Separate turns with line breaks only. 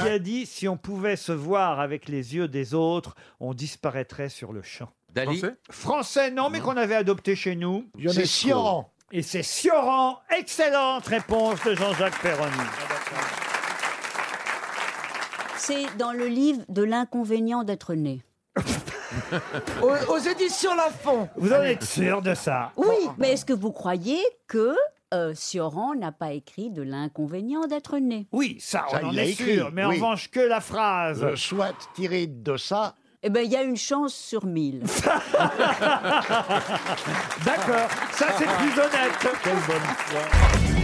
Cela dit, si on pouvait se voir avec les yeux des autres, on disparaîtrait sur le champ.
Dali
Français, non, mais qu'on avait adopté chez nous.
Ionesco. C'est Sioran.
Et c'est Sioran. Excellente réponse de Jean-Jacques Perroni.
C'est dans le livre de l'inconvénient d'être né.
aux, aux éditions Lafon.
Vous
Ah,
en êtes sûr de ça
Oui, mais est-ce que vous croyez que euh, Sioran n'a pas écrit de l'inconvénient d'être né
Oui, ça,
Ça,
on en
il l'a
est
écrit,
sûr. Mais en
oui.
revanche, que la phrase.
Euh, soit tiré de ça.
Eh bien, il y a une chance sur mille.
D'accord, ça c'est plus honnête.
Quelle bonne foi.